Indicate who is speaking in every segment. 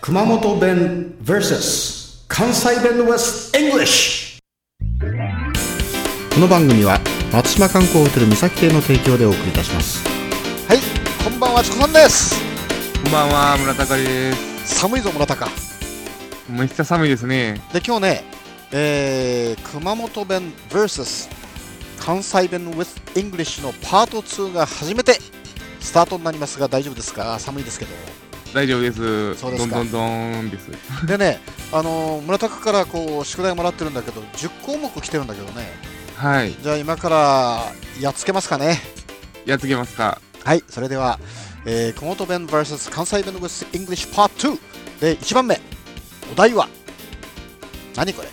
Speaker 1: 熊本弁 vs 関西弁 vs English この番組は松島観光ホテル三崎邸の提供でお送りいたします
Speaker 2: はい、こんばんは、チコさんです。
Speaker 3: こんばんは、村田かりです。
Speaker 2: 寒いぞ、村高。
Speaker 3: めっちゃ寒いですね。
Speaker 2: で、今日ね、えー、熊本弁 VS 関西弁 with English のパート2が初めてスタートになりますが、大丈夫ですか寒いですけど。
Speaker 3: 大丈夫です。
Speaker 2: そうです
Speaker 3: どん
Speaker 2: か
Speaker 3: どんどんです。
Speaker 2: でね、あのー村高からこう宿題もらってるんだけど、10項目来てるんだけどね。
Speaker 3: はい。
Speaker 2: じゃあ今からやっつけますかね。
Speaker 3: やっつけますか。
Speaker 2: はい、それでは、えー、熊本弁 VS 関西弁 with English Part 2で1番目、お題は何これ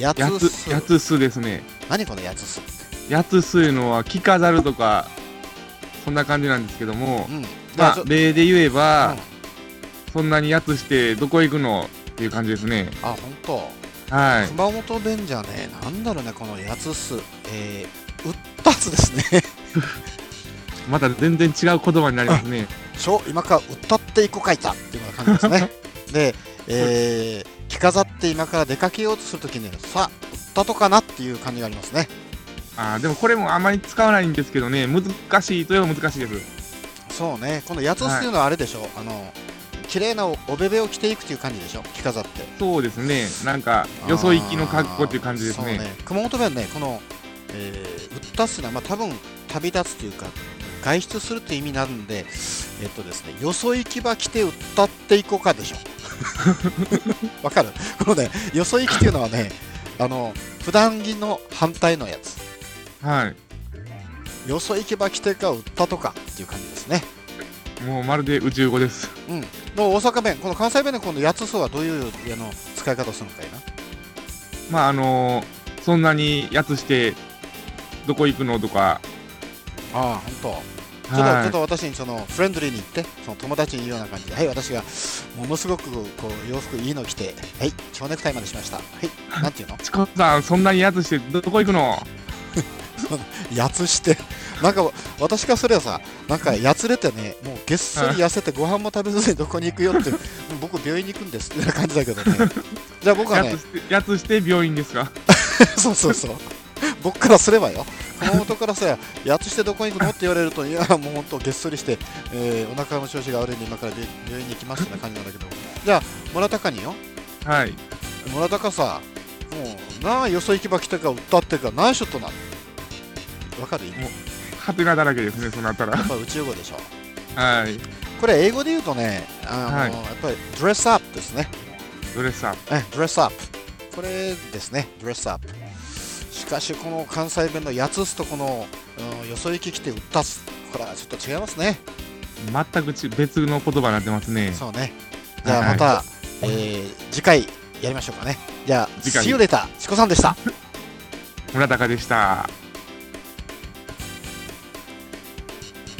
Speaker 2: や
Speaker 3: や
Speaker 2: つ
Speaker 3: つ、
Speaker 2: す
Speaker 3: やつすですね。
Speaker 2: 何このやつす
Speaker 3: やつすいうのは、着飾るとか、そんな感じなんですけども
Speaker 2: う、ん。
Speaker 3: ま
Speaker 2: じゃ
Speaker 3: あ
Speaker 2: あ、ちょ
Speaker 3: 例で言えば、
Speaker 2: うん
Speaker 3: そんなにやつしてどこ行くのっていう感じですね。
Speaker 2: あ、本当、
Speaker 3: はい。
Speaker 2: 熊本弁じゃねえ、なんだろうね、このやつす。えー、うったつですね。
Speaker 3: また全然違う言葉になりますね。
Speaker 2: しょ今から歌っていこうかいたっていうような感じですね。で、えー、着飾って今から出かけようとするときに、さあ、歌とかなっていう感じがありますね。
Speaker 3: あーでもこれもあまり使わないんですけどね、難しいといえば難しいです。
Speaker 2: そうね、このやつっていうのはあれでしょ、あの綺麗なおおべべを着ていくっていう感じでしょ、着飾って。
Speaker 3: そうですね。なんか、よそ行きの格好っていう感じです
Speaker 2: あーそう熊本弁ね、この、えー、ウッタスのは、まあ、多分旅立つというか、外出するという意味なんで、えっとですね、よそ行き場着て歌っていこうか でしょ。わかるこのね、よそ行きっていうのはね、あの普段着の反対のやつ。
Speaker 3: はい。
Speaker 2: よそ行き場着てか、売ったとかっていう感じですね。
Speaker 3: もうまるで宇宙語です。
Speaker 2: うん、の大阪弁、この関西弁のこの八つそはどういうあの使い方をするのかいな。
Speaker 3: まああのーそんなにやつしてどこ行くのとか、
Speaker 2: ああ、本当。ちょっと、
Speaker 3: は
Speaker 2: ちょっ
Speaker 3: い、
Speaker 2: と私にそのフレンドリーに言って、その友達に言うような感じで、はい、私がものすごくこう洋服いいの着て、はい、蝶ネクタイまでしました。はい、なんていうの
Speaker 3: チコさんそんなにやつしてどこ行くの
Speaker 2: 八つして、 なんか私がそれはさ、なんかやつれてね、もうげっそり痩せてご飯も食べずにどこに行くよ って、もう僕病院に行くんですっていうような感じだけどね。じゃあ僕は
Speaker 3: や
Speaker 2: ね
Speaker 3: つ、してやつして病院ですか
Speaker 2: そうそうそう。僕からすればよ、熊本からさ、やつしてどこに行くのって言われると、いや、もう本当、げっそりして、えーお腹の調子が悪いんで、今から病病院に行きますってな感じなんだけど、じゃあ、村高によ、
Speaker 3: はい
Speaker 2: 村高さ、もう、なあ、よそ行き場来たか、歌ってか、何ショットなのわかる意味や
Speaker 3: ハテナだらけですねそうなったら
Speaker 2: っぱ宇宙語でしょ。
Speaker 3: はい
Speaker 2: これ、英語で言うとね、あのやっぱり、ドレスアップですね。
Speaker 3: ドレスアップ
Speaker 2: えドレスアップこれですねドレスアップしかしこの関西弁のやつすとこの、うん、よそ行き来てうったすこれはちょっと違いますね
Speaker 3: 全くち別の言葉になってますね
Speaker 2: そうねじゃあ
Speaker 3: はい
Speaker 2: また、えー次回やりましょうかねじゃあ
Speaker 3: 次回
Speaker 2: See you later チコさんでした
Speaker 3: 村高でした